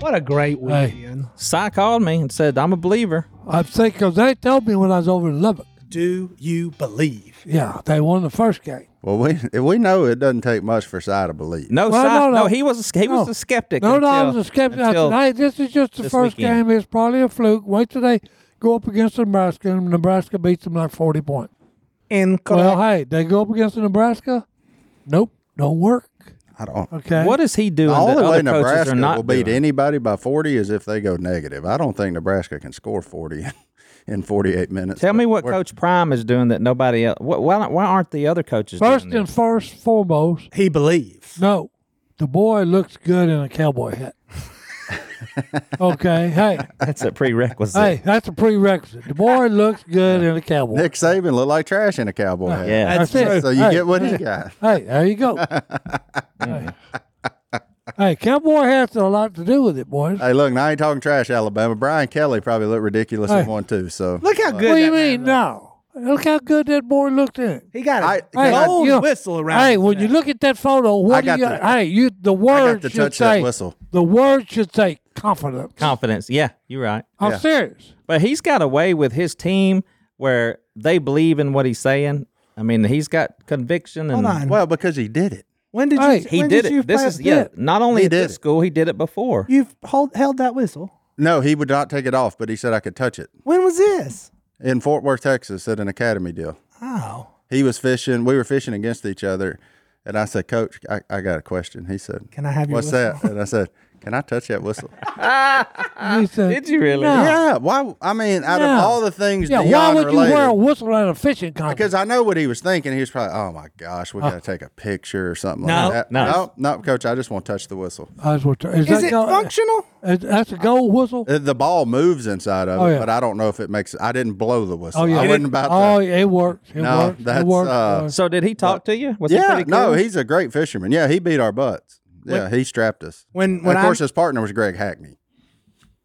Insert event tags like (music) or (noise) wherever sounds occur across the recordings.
What a great week, Hey. Ian. Cy called me and said, I'm a believer. I think because they told me when I was over in Lubbock. Do you believe? Yeah, they won the first game. Well, we (laughs) we know it doesn't take much for Cy to believe. No, Well, Cy, no, no, no. he was a, ske- he was No. a skeptic. No, no, I until- was a skeptic. I until- said, hey, this is just the this first weekend. game. It's probably a fluke. Wait till they go up against Nebraska and Nebraska beats them like 40 points. Incorrect. Well, hey, they go up against Nebraska? Nope, don't work. I don't. Okay. What is he doing? The that only way other coaches Nebraska are not will beat doing? anybody by 40 is if they go negative. I don't think Nebraska can score 40 (laughs) in 48 minutes. Tell me but what we're- Coach Prime is doing that nobody else. Why, why why aren't the other coaches First doing and this? first foremost, he believes. no, the boy looks good in a cowboy hat. (laughs) okay, hey, (laughs) That's (laughs) a prerequisite. hey, that's a prerequisite. The (laughs) boy looks good in a cowboy. Nick Saban looked like trash in a cowboy hat. Oh, Yeah. that's That's it. So you Hey, get what he got. Hey, there you (laughs) go. hey. Hey, cowboy hats a lot to do with it, boys. Hey, look, now I ain't talking trash, Alabama. Brian Kelly probably looked ridiculous Hey. in one too. So Look how good. what do that you man mean looked. now? Look how good that boy looked in. it. He got a I- Hey, gold you- whistle around. Hey, his when you neck. look at that photo, I what do got you? to- hey, you. The I word got to should touch say. that whistle. The word should say confidence. Confidence. Yeah, you're right. I'm Yeah. serious. But he's got a way with his team where they believe in what he's saying. I mean, he's got conviction Hold and on. Well, because he did it. when did Hey, you? he when did, You it. This play- is yeah. Not only He at did this it. school, he did it before. You've hold, held that whistle. No, he would not take it off, but he said I could touch it When was this? in Fort Worth, Texas, at an academy deal. Oh, He was fishing. We were fishing against each other, and I said, "Coach, I, I got a question." He said, Can I have your What's that? And I said, "Can I touch that (laughs) whistle?" Ah, He said, Did you really? No. yeah. Why? I mean, out No. of all the things, Yeah. Dion Why would you related, wear a whistle at a fishing contest? Because I know what he was thinking. He was probably, oh my gosh, we Uh. got to take a picture or something No, like that. no. no, coach, I just want to touch the whistle. That's what- is Is that it go- functional? is- that's a gold whistle. Uh, The ball moves inside of Oh, it, yeah. but I don't know if it makes. I didn't blow the whistle. Oh yeah. I wasn't about oh, to. it works. It No, works. that's, it works. uh, So did he talk to you? Was he Yeah, pretty cool? no, he's a great fisherman. Yeah, he beat our butts. Yeah, he strapped us. when- And when of course I'm- his partner was Greg Hackney.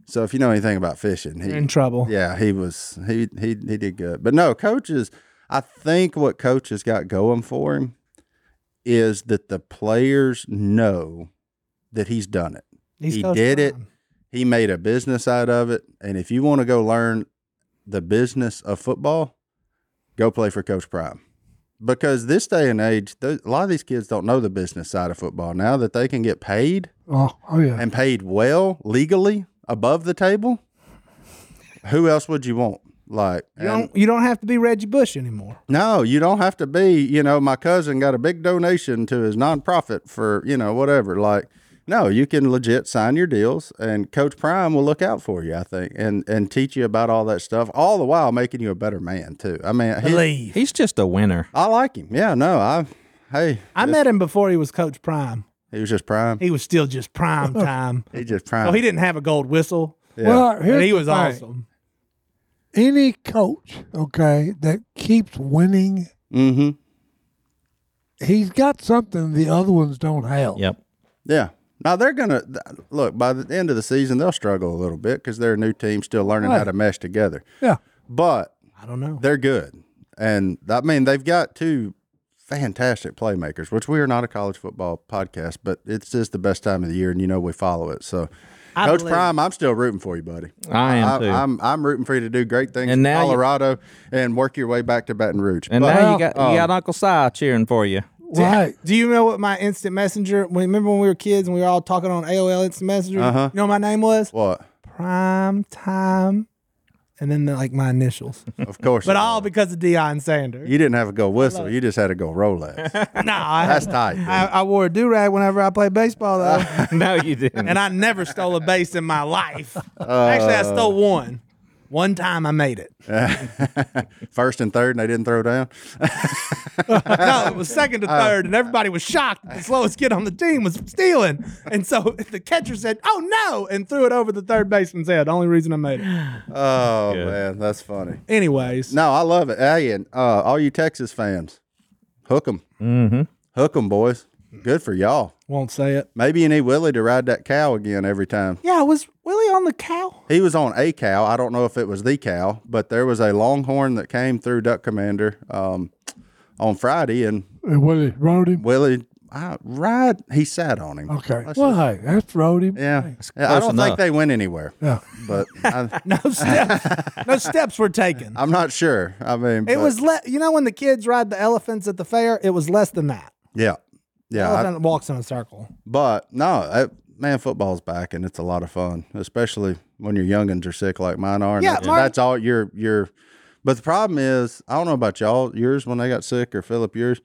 So if you know anything about fishing, he You're (laughs) in trouble. Yeah, he was he he he did good. But no, coaches I think what coach has got going for him is that the players know that he's done it. He's he Coach did it. Prime. He made a business out of it. And if you want to go learn the business of football, go play for Coach Prime. Because this day and age, th- a lot of these kids don't know the business side of football. Now that they can get paid oh, oh yeah. and paid well legally above the table, who else would you want? Like, You and- don't. You don't have to be Reggie Bush anymore. no, you don't have to be. You know, my cousin got a big donation to his nonprofit for, you know, whatever. Like, no, you can legit sign your deals and Coach Prime will look out for you, I think, and and teach you about all that stuff, all the while making you a better man, too. I mean, he- Believe. he's just a winner. I like him. Yeah, no, I, hey, I met him before he was Coach Prime. he was just Prime. He, He was still just (laughs) prime time. just Prime. So Oh, he didn't have a gold whistle, Yeah. Well, here's and he the was thing. awesome. Any coach, okay, that keeps winning, mm-hmm. he's got something the other ones don't have. Yep. Yeah. Now they're gonna th- look by the end of the season. They'll struggle a little bit because they're a new team, still learning how Right. to mesh together. Yeah. But I don't know. they're good. And I mean, they've got two fantastic playmakers, which we are not a college football podcast, but it's just the best time of the year, and you know we follow it. So, Coach believe- Prime, I'm still rooting for you, buddy. I am I, too. I'm I'm rooting for you to do great things And in now you- Colorado and work your way back to Baton Rouge. and But- oh, now you Well, got um, you got Uncle Si cheering for (laughs) you. Right. Do you know what my instant messenger? Remember when we were kids and we were all talking on AOL instant messenger? Uh-huh. You know what my name was what? Prime Time, and then the, like my initials. Of course. but it all was. because of Deion Sanders. you didn't have a gold whistle. You just had a gold Rolex. no, I, (laughs) That's tight. dude. I, I wore a do rag whenever I played baseball though, Uh. no, you didn't. and I never stole a base in my life. Actually, I stole one. One time I made it. First and third, and they didn't throw down. no, it was second to third, and everybody was shocked. that The slowest kid on the team was stealing, and so (laughs) the catcher said, "Oh no!" and threw it over the third baseman's head. The only reason I made it. Oh man, that's funny. Anyways, No, I love it. Hey, and uh, all you Texas fans, hook them, mm-hmm. hook them, boys. Good for y'all. won't say it. Maybe you need Willie to ride that cow again every time. Yeah, was Willie on the cow? He was on a cow. I don't know if it was the cow, but there was a longhorn that came through Duck Commander um, on Friday, and And Willie uh, rode him. Willie I, ride. He sat on him. Okay. Let's Well, hey, that's rode him. Yeah, I don't enough. think they went anywhere, Yeah. but I, (laughs) No steps. no steps were taken. I'm not sure. I mean, It but- was le- you know when the kids ride the elephants at the fair, it was less than that. yeah, yeah. I- Elephant walks in a circle. But no, I, man, football's back and it's a lot of fun, especially when your youngins are sick like mine are. and Yeah, that's, mine- that's all your your. But the problem is, I don't know about y'all. Yours when they got sick or Philip yours.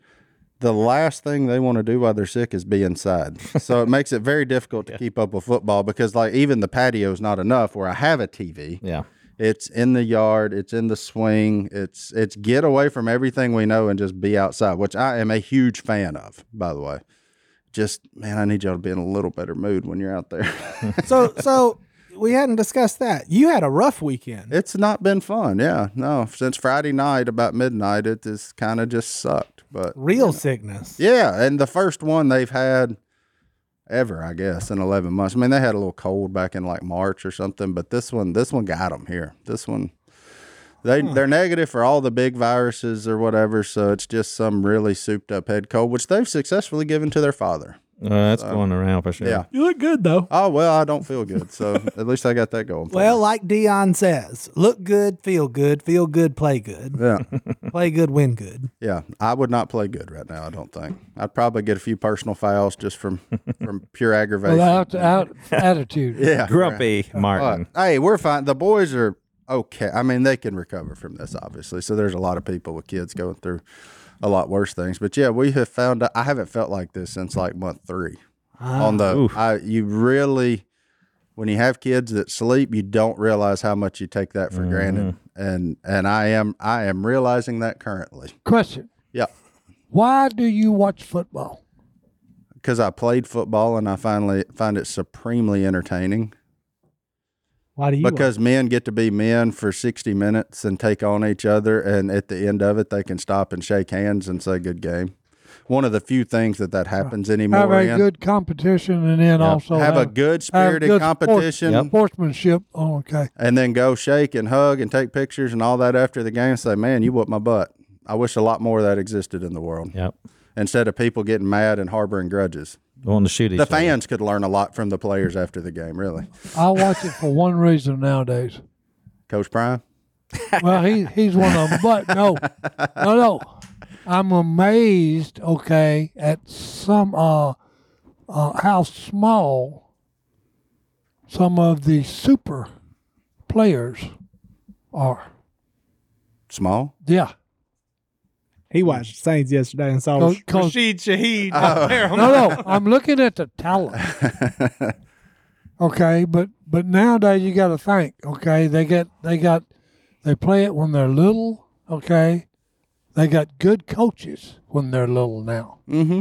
The last thing they want to do while they're sick is be inside. So it makes it very difficult to keep up with football because, like, even the patio is not enough. Where I have a TV, Yeah. it's in the yard, it's in the swing, it's it's get away from everything we know and just be outside, which I am a huge fan of, by the way just man, I need y'all to be in a little better mood when you're out there. (laughs) (laughs) So so we hadn't discussed that. You had a rough weekend. it's not been fun, yeah. No, since Friday night about midnight, it just kind of just sucked. But Real sickness. yeah, and the first one they've had ever, I guess, in 11 months. I mean, they had a little cold back in like March or something, but this one, this one got them here. This one. They, They're negative for all the big viruses or whatever, so it's just some really souped up head cold, which they've successfully given to their father. Uh, that's going around for sure. Yeah. You look good though. Oh well, I don't feel good, so at least I got that going. for me. Well, like Dion says, look good, feel good, feel good, play good, yeah. (laughs) play good, win good. Yeah, I would not play good right now. I don't think I'd probably get a few personal fouls just from from pure aggravation. Well, out, out attitude. yeah, Grumpy right. Martin. But, Uh, hey, we're fine. The boys are okay. I mean, they can recover from this, obviously. So there's a lot of people with kids going through a lot worse things. But yeah, we have found. I haven't felt like this since like month three. On the, I, you really, when you have kids that sleep, you don't realize how much you take that for granted. And and I am I am realizing that currently. Question. Yeah. Why do you watch football? because I played football and I finally find it supremely entertaining. Why do you? because men get to be men for 60 minutes and take on each other. And at the end of it, they can stop and shake hands and say, Good game. One of the few things that that happens anymore. Have a in. good competition and then also have a good spirited good sport- competition Yep. sportsmanship. Oh, okay. and then go shake and hug and take pictures and all that after the game and say, Man, you whooped my butt. I wish a lot more of that existed in the world Yep. instead of people getting mad and harboring grudges. Wanting to shoot each The other. fans could learn a lot from the players after the game, really. I watch it for one reason nowadays. Coach Prime? Well, he he's one of them, but no, no, no. I'm amazed. Okay, at some uh, uh, how small some of the super players are. Small? Yeah. he watched Saints yesterday and saw Coach- Coach- Rashid Shaheed. out there. Oh I'm No, like, no. I'm looking at the talent. (laughs) Okay, but but nowadays you got to think. Okay, they get they got they play it when they're little. Okay, they got good coaches when they're little now. Mm-hmm.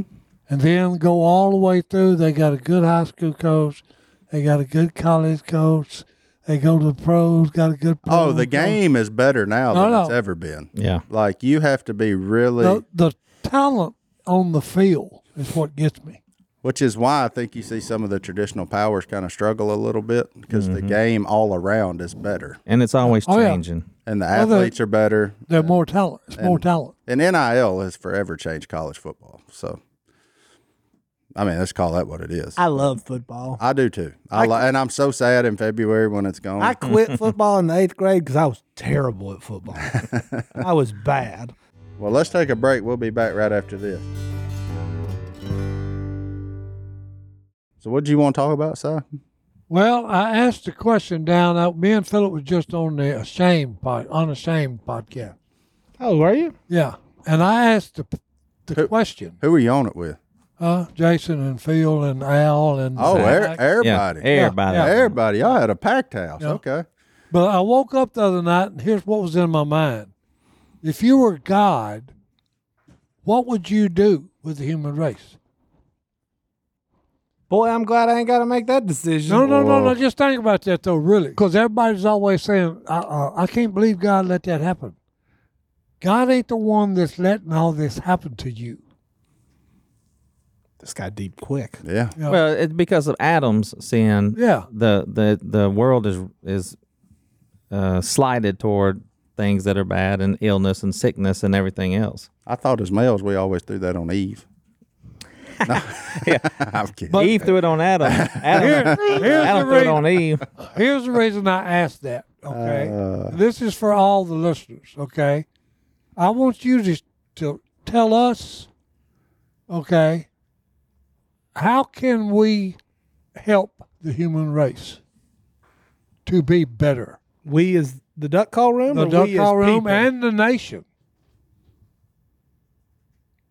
And then go all the way through. They got a good high school coach. They got a good college coach. They go to the pros. Got a good. Pro Oh, the coach. game is better now No, than no. it's ever been. Yeah. Like you have to be really, The, the talent on the field is what gets me. which is why I think you see some of the traditional powers kind of struggle a little bit because the game all around is better And it's always Oh, yeah. changing. and the the- athletes are better. They're more talent. It's more talent. And NIL has forever changed college football. So, I mean, let's call that what it is. I, I love football. do too. I, li- and I'm so sad in February when it's gone. I quit football in the eighth grade because I was terrible at football. I was bad. well, let's take a break. We'll be back right after this. So, what do you want to talk about, Si? Well, I asked the question down. Uh, me and Philip was just on the Ashamed pod, Unashamed podcast. Oh, were you? Yeah, and I asked the the Who- question. Who are you on it with? Uh, Jason and Phil and Al and Oh, er- Zach. everybody. Yeah. Everybody. Yeah. Everybody, y'all had a packed house. Yeah. Okay. But I woke up the other night, and here's what was in my mind: If you were God, what would you do with the human race? Boy, I'm glad I ain't got to make that decision. No, no, no, no. Just think about that though, really, because everybody's always saying, I, uh, "I can't believe God let that happen." God ain't the one that's letting all this happen to you. This got deep quick. Yeah. Well, it's because of Adam's sin. (laughs) Yeah. The the the world is is uh, slided toward things that are bad and illness and sickness and everything else. I thought as males we always threw that on (laughs) Eve. No. (laughs) I'm kidding. Eve threw it on Adam. (laughs) Adam, Here's Adam the threw it reason. on Eve. Here's the reason I asked that. Okay, Uh. this is for all the listeners. Okay, I want you to to tell us. Okay, how can we help the human race to be better? We is the duck call room. The or duck we call as room people? and the nation.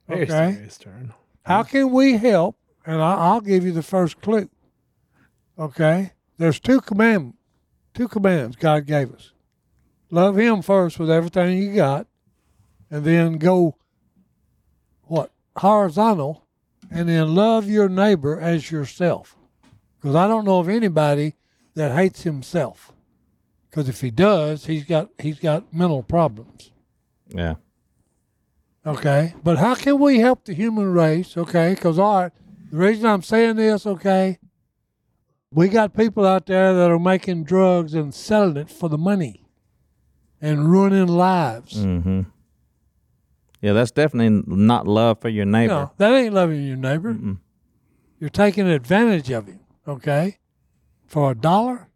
Very okay. serious turn. How can we help? And I, I'll give you the first clue. Okay, there's two command, two commands God gave us. Love Him first with everything you got, and then go what horizontal, and then love your neighbor as yourself. Because I don't know of anybody that hates himself. Because if he does, he's got he's got mental problems. Yeah. Okay, but how can we help the human race? Okay, because all right, the reason I'm saying this, okay, we got people out there that are making drugs and selling it for the money and ruining lives. Mm-hmm. Yeah, that's definitely not love for your neighbor. No, that ain't loving your neighbor. You're taking advantage of him. Okay, for a dollar.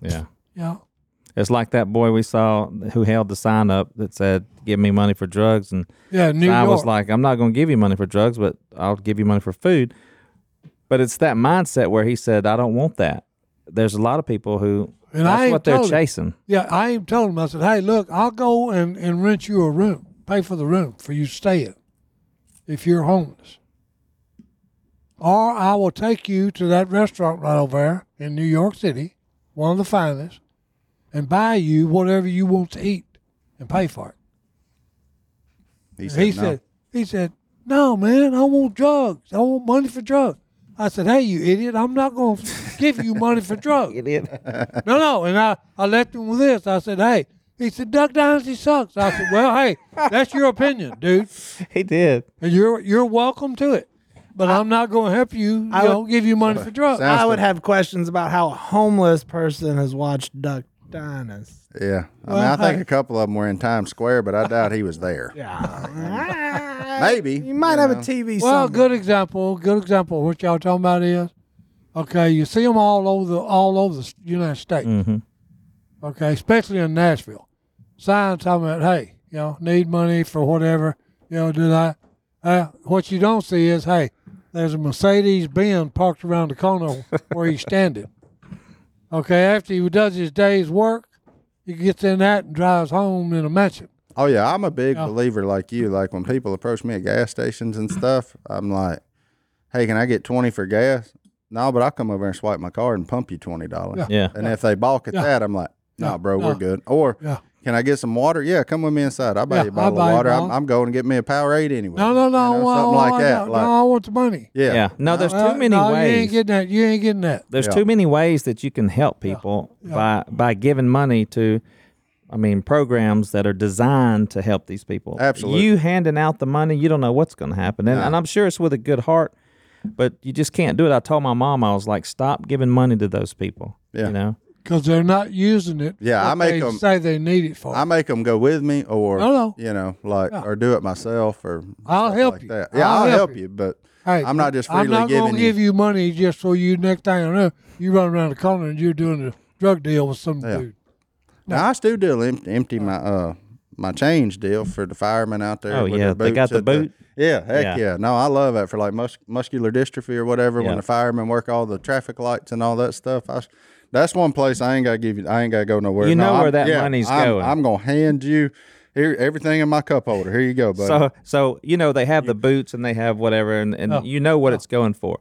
Yeah. Yeah, It's like that boy we saw who held the sign up that said, "Give me money for drugs," and yeah, New I York. was like, "I'm not going to give you money for drugs, but I'll give you money for food." But it's that mindset where he said, "I don't want that." There's a lot of people who And I that's ain't what they're told him. chasing. Yeah, I even told him, I said, hey, look, I'll go and, and rent you a room, pay for the room for you to stay in if you're homeless. Or I will take you to that restaurant right over there in New York City, one of the finest, and buy you whatever you want to eat and pay for it. He And he no. said, he said, no, man, I want drugs. I want money for drugs. I said, hey, you idiot, I'm not going to give you money for drugs. No, no. And I, I left him with this. I said, hey, he said, Duck Dynasty sucks. I said, well, hey, that's your opinion, dude. he did. And you're you're welcome to it. But I, am not going to help you. I would- don't give you money for drugs. Sounds I would good. have questions about how a homeless person has watched Duck Dynasty. Yeah. I mean, I think a couple of them were in Times Square, but I doubt he was there. Yeah. Maybe. Ah, You might have a TV well, somewhere. good example. Good example. of What y'all talking about is, okay, you see them all over the all over the United States. Mm-hmm. Okay, especially in Nashville. Signs talking about, hey, you know, need money for whatever. You know, do that. Uh, what you don't see is, hey, there's a Mercedes Benz parked around the (laughs) corner where he's standing. Okay, after he does his day's work, he gets in that and drives home in a mansion. Oh yeah, I'm a big believer like you. Like when people approach me at gas stations and stuff, I'm like, "Hey, can I get twenty for gas?" No, but I'll come over and swipe my card and pump you twenty dollars. Yeah. (laughs) And if they balk at that, I'm like, "Nah, bro, we're good." Or Yeah. can I get some water? Yeah, come with me inside. I'll buy Yeah, you a I'll bottle buy you of a water. I'm, bottle. I'm going to get me a Powerade anyway. No, no, no, You know, well, something I like that. don't- Like, no, I want the money. yeah, Yeah. No, there's Uh, too many no, You ain't ways. getting that. You ain't getting that. there's Yeah. too many ways that you can help people by by giving money to I mean programs that are designed to help these people. Absolutely. You handing out the money, you don't know what's going to happen. And, and I'm sure it's with a good heart, but you just can't do it. I told my mom I was like stop giving money to those people. Yeah. You know. because they're not using it. Yeah, what I make they 'em- say they need it for. I make them go with me, or No, no. you know, like or do it myself, or I'll stuff help like you. That. Yeah, I'll, help you, but Hey, I'm not just freely I'm not gonna giving you. give you money just so you next thing I know you run around the corner and you're doing a drug deal with some dude. Now I still do em- empty my uh my change deal for the firemen out there. Oh, with yeah, their they got boots the at boot? yeah, heck yeah. Yeah. No, I love that for like mus- muscular dystrophy or whatever. Yeah. When the firemen work all the traffic lights and all that stuff, I s- that's one place I ain't gotta give you. I ain't gotta go nowhere. You No, know I'm- where that yeah, money's I'm, going. I'm gonna hand you here everything in my cup holder. Here you go, buddy. So so you know they have the boots and they have whatever and, and Oh, you know what it's going for.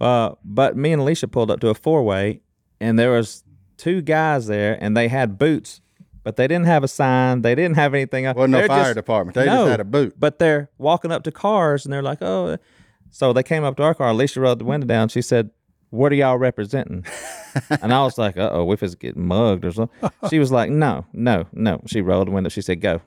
Uh, but me and Alicia pulled up to a four way and there was two guys there, and they had boots, but they didn't have a sign. They didn't have anything. Wasn't no They're fire just- department. They just had a boot. But they're walking up to cars, and they're like, "Oh." uh," So they came up to our car. Alicia rolled the window down. She said, "What are y'all representing?" (laughs) and I was like, "Uh oh, if it's getting mugged or (laughs) something." She was like, "No, no, no." She rolled the window. She said, "Go."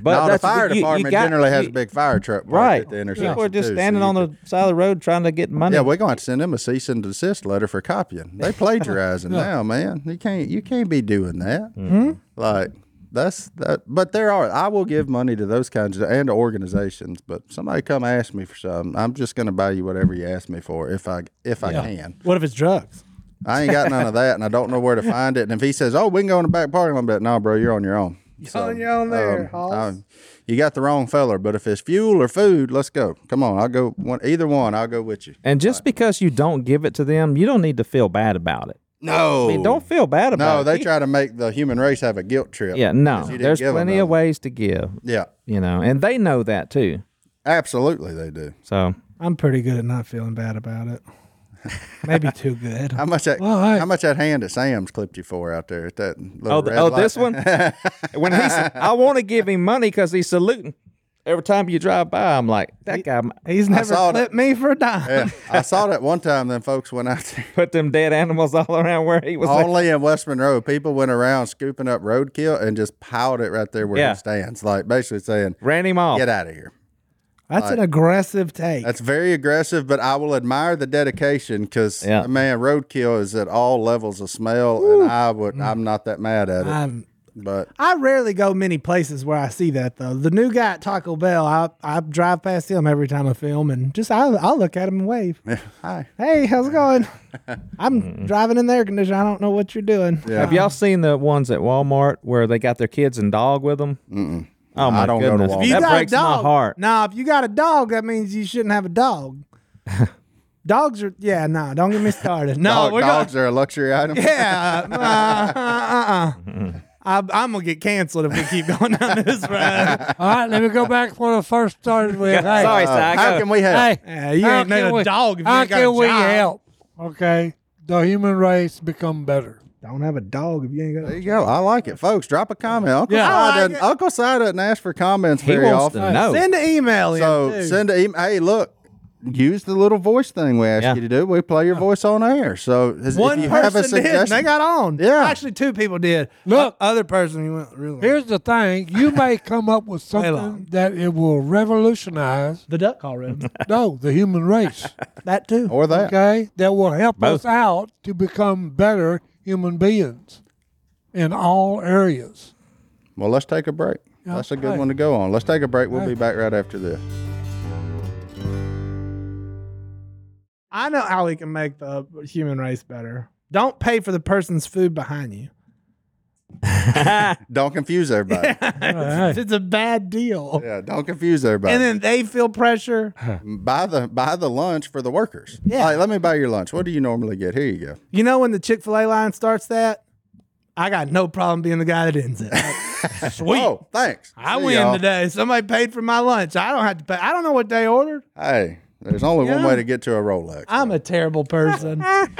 But Now, the that's- fire you- you department got- generally has you- a big fire truck parked right. at the intersection. People are just too, so standing you on could- the side of the road trying to get money. Yeah, we're gonna have to send them a cease and desist letter for copying. (laughs) They plagiarizing now, man. You can't you can't be doing that. Hmm? Like that's that. But there are. I will give money to those kinds of and to organizations. But somebody come ask me for something. I'm just gonna buy you whatever you ask me for if I if I can. What if it's drugs? I ain't got none of that, and I don't know where to find it. And if he says, "Oh, we can go in the back parking lot," I'm like, "No, bro, you're on your own." So, on your own there, Hoss. I'm- you got the wrong feller. But if it's fuel or food, let's go. Come on, I'll go one either one. I'll go with you. And just because you don't give it to them, you don't need to feel bad about it. No, I mean, don't feel bad about Oh. No, it. they You- try to make the human race have a guilt trip. Yeah, no. 'cause you didn't There's give 'em plenty of nothing. ways to give, Yeah, you know, and they know that too. absolutely they do. So I'm pretty good at not feeling bad about it. (laughs) Maybe too good. How much that? Well, I- how much that hand at Sam's clipped you for out there at that little oh, red th- oh light? this one when he's I want to give him money because he's saluting every time you drive by. I'm like that guy m- He's never saw clipped me for a dime. (laughs) Yeah, I saw that one time. Then folks went out (laughs) there. put them dead animals (laughs) all around where he was. at. Only in West Monroe, people went around scooping up roadkill and just piled it right there where Yeah. Oh. it stands, like basically saying, ran him off. "Get out of here." That's an aggressive take. That's very aggressive, but I will admire the dedication because Yeah. man, roadkill is at all levels of smell, and I would, Mm. I'm not that mad at it. I'm, but (laughs) I rarely go many places where I see that though. The new guy at Taco Bell, I, I drive past him every time I film, and just I I look at him and wave. hi, Hey, how's it going? (laughs) I'm driving in the air conditioner. I don't know what you're doing. yeah. Have y'all seen the ones at Walmart where they got their kids and dog with them? Mm-mm. Oh my don't go to goodness, Walmart. If that breaks my heart. Nah, if you got a dog, that means you shouldn't have a (laughs) dog. dogs are yeah. Nah, don't get me (laughs) started. No, Dog- we're dogs going. are a luxury (laughs) item. Yeah, uh, uh, uh, uh, I, I'm gonna get canceled if we keep (laughs) going down this (laughs) road. All right, let me go back to what I first started (laughs) with. Hey, Sorry, Si. How go- can we help? Hey, Yeah, you how ain't no can we- dog if you how ain't got a can we job. help? Okay, the human race become better. Don't have a dog if you ain't got. There you go. I like it, folks. Drop a comment. Uncle Yeah. Si I like doesn't, it. Uncle Si doesn't ask for comments He very wants often. to know. (laughs) Send an email. in, Oh. So too. send an email. Hey, look, use the little voice thing we asked Yeah. you to do. We play your voice on air. So is- one if you person have a did. And they suggestion, got on. Yeah. actually, two people did. Look. O- other person you went really. Here's the thing: (laughs) you may come up with long. something that it will revolutionize. the duck call room. No, the human race. (laughs) that too. or (laughs) that. Okay, that will help Both. us out to become better human beings in all areas. Well, let's take a break. Yeah. That's a good Hey. one to go on. Let's take a break. We'll be back right after this. I know how we can make the human race better. Don't pay for the person's food behind (laughs) you. Don't (laughs) confuse everybody. Yeah, It's, it's a bad deal. don't confuse everybody. And then they feel pressure. buy the buy the lunch for the workers. Yeah. Like, let me buy your lunch. What do you normally get? Here you go. You know when the Chick Fil A line starts that, I got no problem being the guy that ends (laughs) it. Sweet. Oh, thanks. I See win y'all. today. Somebody paid for my lunch. I don't have to pay. I don't know what they ordered. Hey, there's only one Yeah. way to get to a Rolex. I'm a terrible (laughs) person. (laughs) hey, (laughs)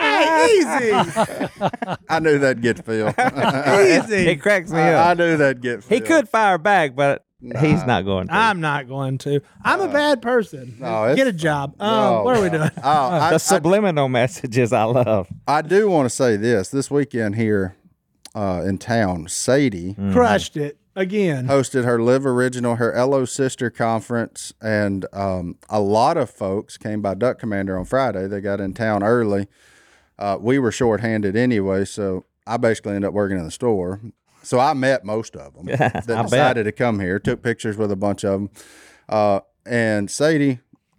I knew that'd get Phil. easy, It easy. cracks me up. I knew that'd get Phil. He could fire back, but he's not going to. I'm not going to. I'm a bad person. no, it's Get a job. Um, No, what are we no. (laughs) doing? Oh, I, (laughs) the I, subliminal messages I love. I do want to say this. This weekend here uh, in town, Sadie Mm. Crushed it again. hosted her Live Original, her LO Sister Conference, and um, a lot of folks came by Duck Commander on Friday. They got in town early. Uh, we were shorthanded anyway, so I basically ended up working in the store. So I met most of them (laughs) that I bet. decided to come here, took pictures with a bunch of them. Uh, and Sadie,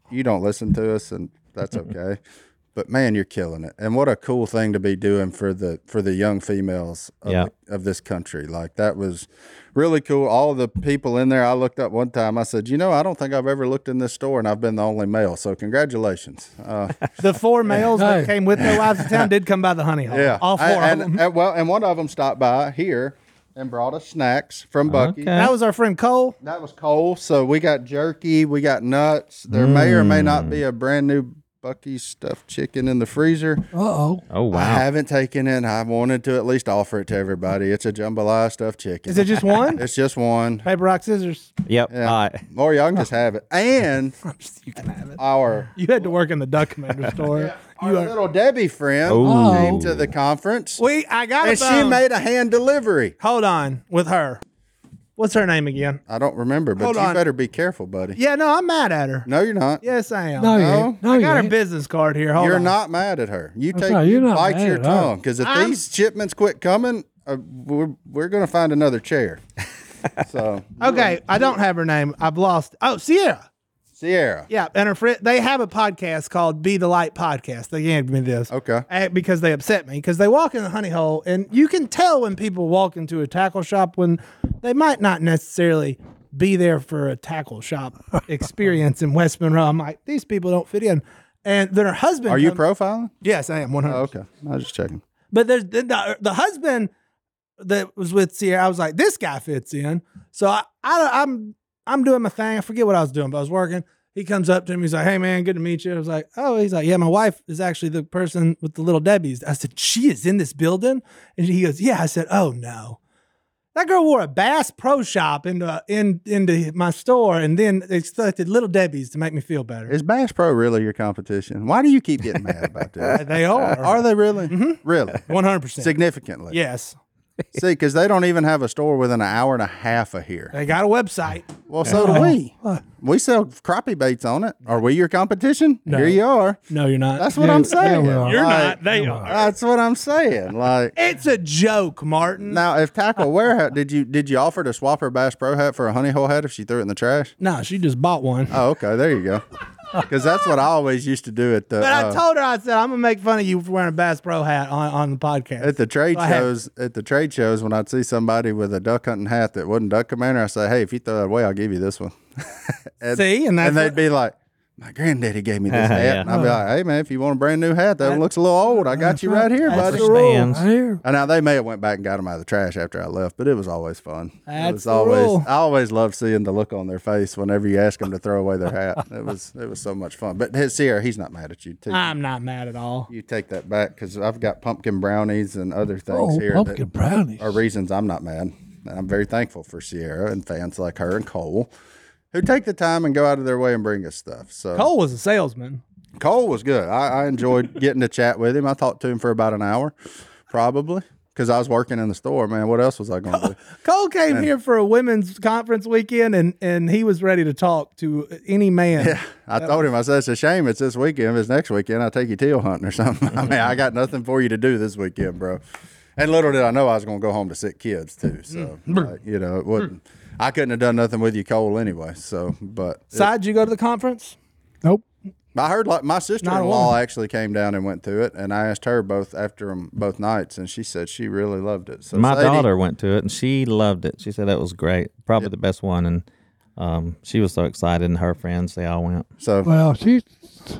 you don't listen to us, and (laughs) that's okay. But man, you're killing it! And what a cool thing to be doing for the for the young females of, Yeah. the- of this country. Like that was really cool. All the people in there, I looked up one time. I said, you know, I don't think I've ever looked in this store, and I've been the only male. So congratulations. (laughs) Uh, The four males that Hey. came with their wives to town did come by the honey hole. yeah, All four and, of them. and- and- well, and one of them stopped by here and brought us snacks from Bucky. Okay. that was our friend Cole. Mm. That was cold. So we got jerky, we got nuts. There may or may not be a brand new Bucky's stuffed chicken in the freezer. Uh oh. Oh I wow. haven't taken it. I wanted to at least offer it to everybody. It's a jambalaya stuffed chicken. Is it just one? (laughs) It's just one. Paper, rock, scissors. Yep. Yeah. All right. Or y'all can just have it. (laughs) And You can have it. our You had to work in the duck (laughs) commander store. our little Debbie friend Oh. Ooh. came to the conference Wait, I got it. and she made a hand delivery. Hold on with her. What's her name again? I don't remember, but Hold you on. better be careful, buddy. Yeah, no, I'm mad at her. No, you're not. Yes, I am. No, you No. ain't. No, I you got her ain't. business card here. Hold You're on. not mad at her. You take right, you you're not bite mad your at her. tongue because if I'm- these shipments quit coming, uh, we're we're gonna find (laughs) another chair. so Okay, I don't have her name. I've lost. Oh, Sierra. Sierra. Yeah, and her friend. They have a podcast called Be the Light Podcast. They gave me this. Okay. Uh, because they upset me because they walk in the honey hole and you can tell when people walk into a tackle shop when they might not necessarily be there for a tackle (laughs) shop experience in West Monroe. I'm like, these people don't fit in. And then her husband. Are you comes- profiling? Yes, I am 100. Oh, okay. I was just checking. But there's the, the, the husband that was with Sierra. I was like, this guy fits in. So I, I I'm I'm doing my thing. I forget what I was doing, but I was working. He comes up to me. He's like, "Hey man, good to meet you." I was like, "Oh." He's like, "Yeah, my wife is actually the person with the little Debbie's." I said, "She is in this building," and he goes, "Yeah." I said, "Oh no." That girl wore a Bass Pro Shop into in, into my store, and then they selected Little Debbie's to make me feel better. Is Bass Pro really your competition? Why do you keep getting mad (laughs) about that? they are Are they really? Really? Mm-hmm. (laughs) one hundred percent. Significantly. Yes, See, because they don't even have a store within an hour and a half of here. they got a website. Well, so do we. We sell crappie baits on it. Are we your competition? Here you are. No, you're not. That's what Yeah, I'm yeah, saying. we are. You're Like, not. They are. That's what I'm saying. (laughs) Like It's a joke, Martin. now, if tackle warehouse, did you did you offer to swap her Bass Pro hat for a honey hole hat if she threw it in the trash? No, she just bought one. Oh, okay. There (laughs) you go. Because that's what I always used to do at the but I uh, told her, I said, I'm gonna make fun of you for wearing a Bass Pro hat on, on the podcast. at the trade I had- shows. At the trade shows, when I'd see somebody with a duck hunting hat that wasn't duck commander, I say, "Hey, if you throw that away, I'll give you this one." (laughs) and, See, and that's and they'd what- be like, "My granddaddy gave (laughs) me this hat," Yeah. and I'd be like, "Hey, man, if you want a brand new hat, that one looks a little old. I got you right here, buddy." the rule. Stands. Here. And now they may have went back and got them out of the trash after I left, but it was always fun. it That's was the always rule. I always loved seeing the look on their face whenever you ask them to throw away their hat. It was it was so much fun. But hey, Sierra, he's not mad at you. Too. Ah. I'm not mad at all. you take that back because I've got pumpkin brownies and other things Oh, here pumpkin that brownies. are reasons I'm not mad. And I'm very thankful for Sierra and fans like her and Cole, who take the time and go out of their way and bring us stuff. So Cole was a salesman. Cole was good. I, I enjoyed getting to chat with him. I talked to him for about an hour, probably, because I was working in the store. Man, what else was I going to do? Cole came here for a women's conference weekend, and and he was ready to talk to any man. I told him, I said, it's a shame it's this weekend. If it's next weekend, I'll take you teal hunting or something. (laughs) I mean, I got nothing for you to do this weekend, bro. And little did I know I was going to go home to sick kids, too. So, like, you know, it wouldn't. I couldn't have done nothing with you, Cole, anyway. So, but it- Side, you go to the conference? Nope. I heard like my sister in law actually came down and went to it. And I asked her both after 'em both nights, and she said she really loved it. So, My Sadie- daughter went to it and she loved it. She said that was great, probably the best one, and um, she was so excited. And her friends, they all went. So, Well, she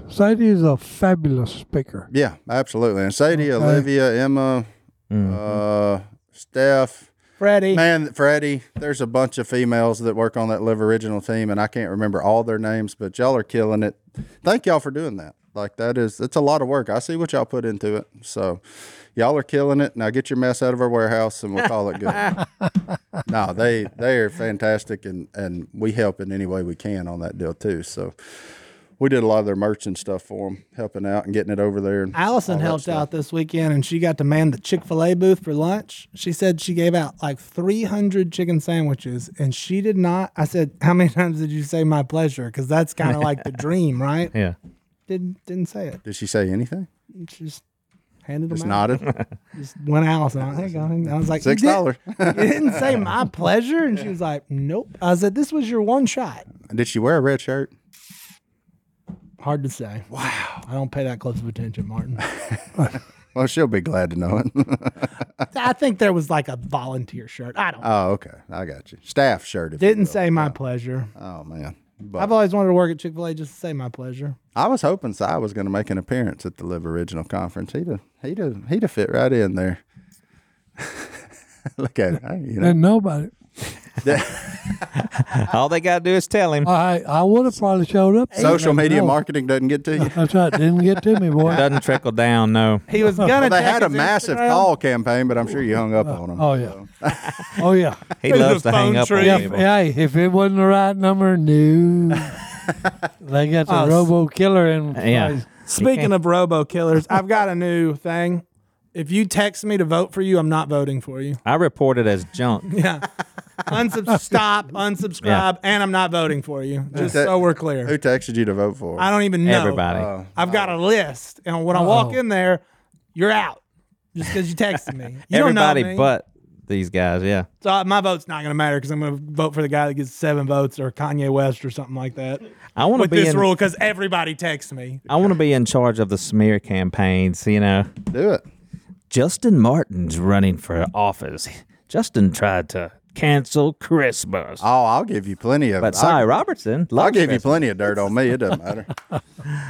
Sadie is a fabulous speaker. Yeah, absolutely. And Sadie, Olivia, Emma, uh, Steph, Freddie. man, Freddie. There's a bunch of females that work on that Live Original team, and I can't remember all their names, but y'all are killing it. Thank y'all for doing that. Like that is, it's a lot of work. I see what y'all put into it. So, y'all are killing it. Now get your mess out of our warehouse, and we'll call it good. no, they they are fantastic, and and we help in any way we can on that deal too. So. We did a lot of their merch and stuff for them, helping out and getting it over there. and all Allison that helped stuff. out this weekend and she got to man the Chick fil A booth for lunch. She said she gave out like 300 chicken sandwiches and she did not. I said, How many (laughs) times did you say my pleasure? Because that's kind of (laughs) like the dream, right? Yeah, Didn't, didn't say it. Did she say anything? She just handed them Just out. (laughs) nodded. Just went Allison. I, think, I, think, I was like, Six "You did- dollars. (laughs) You didn't (laughs) say my pleasure. And she was like, Nope. I said, This was your one shot. Did she wear a red shirt? Hard to say. Wow. I don't pay that close of attention, Martin. (laughs) Well, she'll be glad to know it. (laughs) I think there was like a volunteer shirt. I don't know. oh, okay. I got you. Staff shirt. If you Didn't will. say my pleasure. Oh man. I've But always wanted to work at Chick Fil A just to say my pleasure. I was hoping Si was going to make an appearance at the Live Original Conference. He'd have, he'd have, he'd have fit right in there. (laughs) Look at it. You know, And nobody. (laughs) (laughs) All they got to do is tell him. I I would have probably showed up. there. Social Never media know. marketing doesn't get to (laughs) you. That's right. Didn't get to me, (laughs) boy. Doesn't trickle down. No. He was gonna. Well, they check had a his massive Instagram. call campaign, but I'm sure you hung up on them. Oh yeah. (laughs) Oh yeah. He There's loves a to hang phone up tree. on Yeah, If, people. hey, if it wasn't the right number, (laughs) no. they got the Oh, s- robo killer in. Yeah. place. Speaking of Robo Killers, I've got a new thing. If you text me to vote for you, I'm not voting for you. (laughs) I report it as junk. Yeah. Unsub- (laughs) stop, unsubscribe, and I'm not voting for you. Just Okay. so we're Who clear. texted you to vote for? I don't even know. Everybody. Oh. I've got a list, and when I walk in there, you're out just because you texted me. You Everybody don't know me. but these guys. Yeah. so I- my vote's not going to matter because I'm going to vote for the guy that gets seven votes or Kanye West or something like that. I want to With be this in. rule, because everybody texts me. I want to be in charge of the smear campaigns. You know, do it. Justin Martin's running for office. Justin tried to cancel Christmas, Oh, I'll give you plenty of. but I'll, Cy Robertson. I'll loves give you Christmas. plenty of dirt on me. It (laughs) doesn't matter.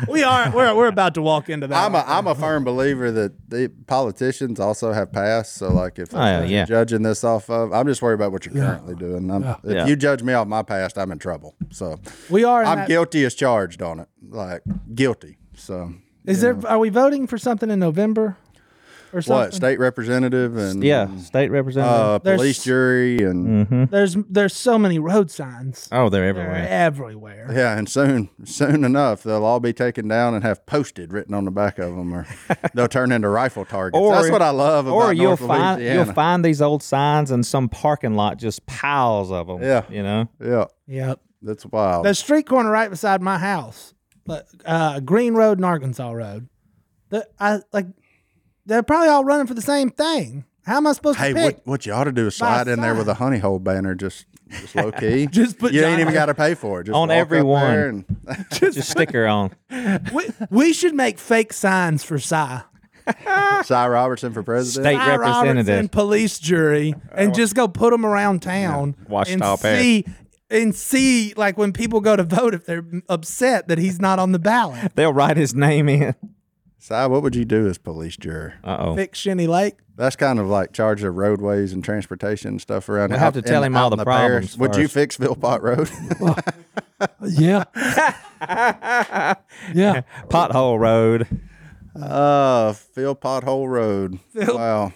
We are we're, we're about to walk into that. I'm a I'm a firm believer that the politicians also have past. So like if Oh, yeah, you're yeah. judging this off of, I'm just worried about what you're currently doing. I'm, If Yeah. you judge me off my past, I'm in trouble. So we are. in I'm that- guilty as charged on it. Like guilty. So Is there? Are we voting for something in November? Or something? what state representative and Yeah, Mm-hmm. state representative. uh, There's- police jury and There's there's so many road signs. oh, they're They're everywhere. everywhere. yeah, and soon soon enough they'll all be taken down and have posted written on the back of (laughs) them, or they'll turn into rifle targets. Or- That's what I love about Or you'll North find Louisiana. you'll find these old signs in some parking lot, just piles of them. Yeah. you know. yeah, Yep. that's wild. The street corner right beside my house, like, uh, Green Road and Arkansas Road. The, I like. They're probably all running for the same thing. How am I supposed Hey, to pick? what, what you ought to do is slide in there side. with a honey hole banner, just just low (laughs) key. Just put you John- ain't even got to pay for it. Just On walk up every there one. and- (laughs) Just sticker on. we, we should make fake signs for Cy. Cy Robertson for president. State Cy Robertson, representative. police jury, and just go put them around town Watch and all pass. see and see like when people go to vote if they're upset that he's not on the ballot. They'll write his name in. Cy, what would you do as police juror? Uh oh. Fix Shinny Lake. That's kind of like charge of roadways and transportation and stuff around. We'll have to out- tell in- him out all in the problems Would you first. fix Philpott Road? (laughs) Yeah. yeah. Pothole Road. uh, Philpott Hole Road. Wow,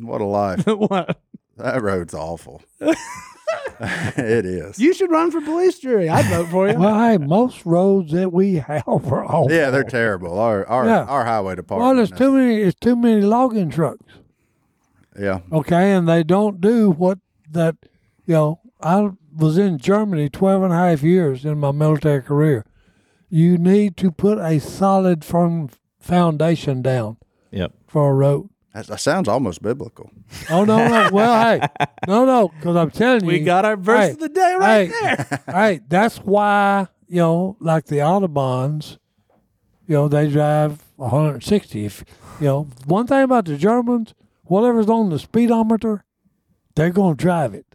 what a (laughs) life! what? that road's awful. (laughs) it is. You should run for police jury. I'd vote for (laughs) you. Well, hey, most roads that we have are all. yeah, they're terrible. Our our, Yeah. our highway department. Well, there's too many. It's too many logging trucks. yeah. Okay, and they don't do what that. You know, I was in Germany 12 and a half years in my military career. You need to put a solid firm foundation down Yep. for a road. That, that sounds almost biblical. Oh no, no. Well, hey, no, no, because I'm telling We you, got our verse hey, of the day right hey, (laughs) Hey, that's why you know, like the autobahns, you know, they drive 160. If you know, one thing about the Germans, whatever's on the speedometer, they're gonna (laughs) drive it.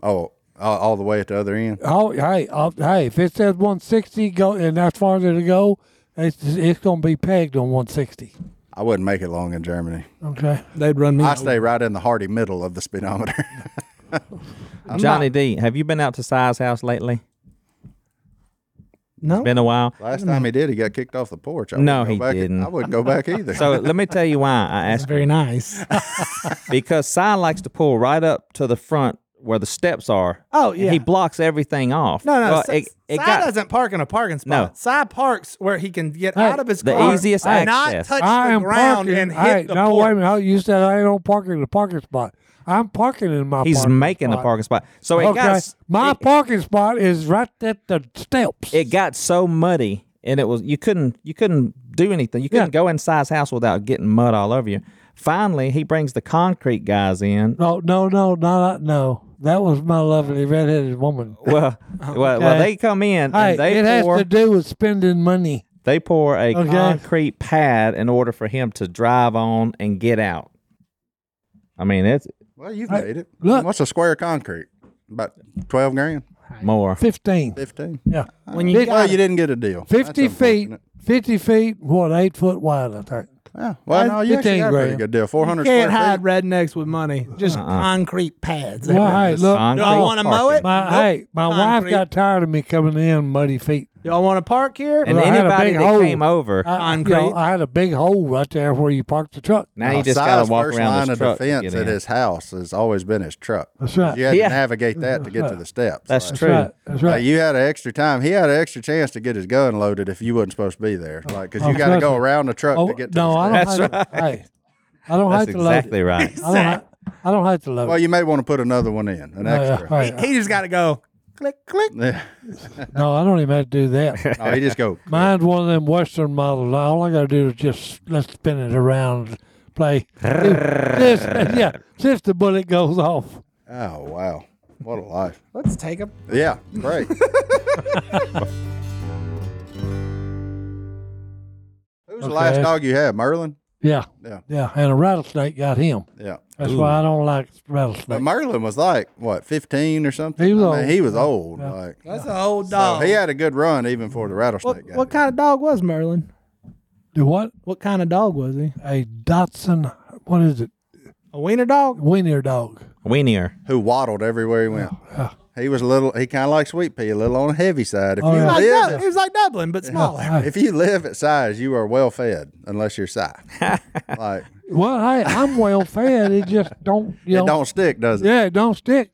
Oh, all, all the way at the other end. Oh, hey, uh, hey, if it says 160, go and that's farther to go. It's it's gonna be pegged on 160. I wouldn't make it long in Germany. Okay. They'd run me. I stay right in the hearty middle of the speedometer. (laughs) Johnny D, have you been out to Cy's house lately? no. Been a while. Last time he did, he got kicked off the porch. I No, wouldn't go he back- didn't. I wouldn't go back either. So let me tell you why I asked. very nice. Because Cy likes to pull right up to the front where the steps are. Oh, and yeah. he blocks everything off. No, no. Well, Si- it, it Si got- doesn't park in a parking spot. No. Si parks where he can get Hey, out of his the car, easiest and not access. touch I the am ground parking. and hit hey, the no, porch. wait a minute. You said I don't park in the parking spot. I'm parking in my. he's parking making spot. a parking spot. So it Okay, got s- my it, parking spot is right at the steps. it got so muddy and it was you couldn't you couldn't do anything. You couldn't Yeah. go inside his house without getting mud all over you. Finally, he brings the concrete guys in. (laughs) no, no, no, no, no. That was my lovely redheaded woman. Well, well, well, Okay. they come in Hey, and they it has pour to do with spending money. they pour a Okay. concrete pad in order for him to drive on and get out. I mean, it's (laughs) well, you've made it. look. What's a square of concrete? About 12 grand, more. Fifteen. 15. Yeah, When you Fif- Well, you didn't get a deal. fifty That's feet. unfortunate. Fifty feet. What? Eight foot wide, I think. Yeah. Well, no, you It actually ain't got a pretty real. good deal. Four You hundred square can't feet. hide rednecks with money. Just concrete pads. Well, everywhere. hey, look, Do I Concrete want to mow Uh-uh. parking. it? my Nope. hey, my Concrete. wife got tired of me coming in muddy feet. Do I want to park here? And Well, I had a anybody big that hole. Uh, came over, I, you know, Concrete. I had a big hole right there where you parked the truck. now you Uh, just Si's gotta walk first around line this of truck. to defense get at in. his house has always been his truck. That's right. You had Yeah. to navigate that to get to the steps. That's Like, true. That's right. That's like, right. you had an extra time. He had an extra chance to get his gun loaded if you wasn't supposed to be there. Like, because Oh, you got to trust go me. around the truck oh to get to no, the I steps. don't. steps. hate That's to, hey, I don't That's hate to load exactly it. right. (laughs) I don't. Hate, I don't hate to load. Well, it. you may want to put another one in, an Uh, extra. right. (laughs) he just got to go click, click. (laughs) Yeah. No, I don't even have to do (laughs) that. no, he just go. Mine's one of them Western models. All I got to do is just let's spin it around, play. Just- yeah, since the bullet goes off. Oh wow, what a life. Let's take a Yeah, (laughs) great. Who's the last Okay. dog you had, Merlin? Yeah, Yeah. yeah. And a rattlesnake got him. Yeah. That's why I don't like rattlesnakes. But Merlin was like what, fifteen or something? He was I mean, old. he was old. Like That's a old so dog. he had a good run even for the rattlesnake what, guy. what kind of dog was Merlin? Do what? What kind of dog was he? A Dotson. What is it? A wiener dog? Wiener dog. Weenier. Who waddled everywhere he went. He was a little he kinda like sweet pea, a little on the heavy side. If Oh, you yeah. Like live Dub- he was like Dublin, but smaller. (laughs) if you live at size, you are well fed unless (laughs) you're size. like Well, hey, I'm well fed. It just don't. (laughs) You it know, don't stick, does it? Yeah, it don't stick.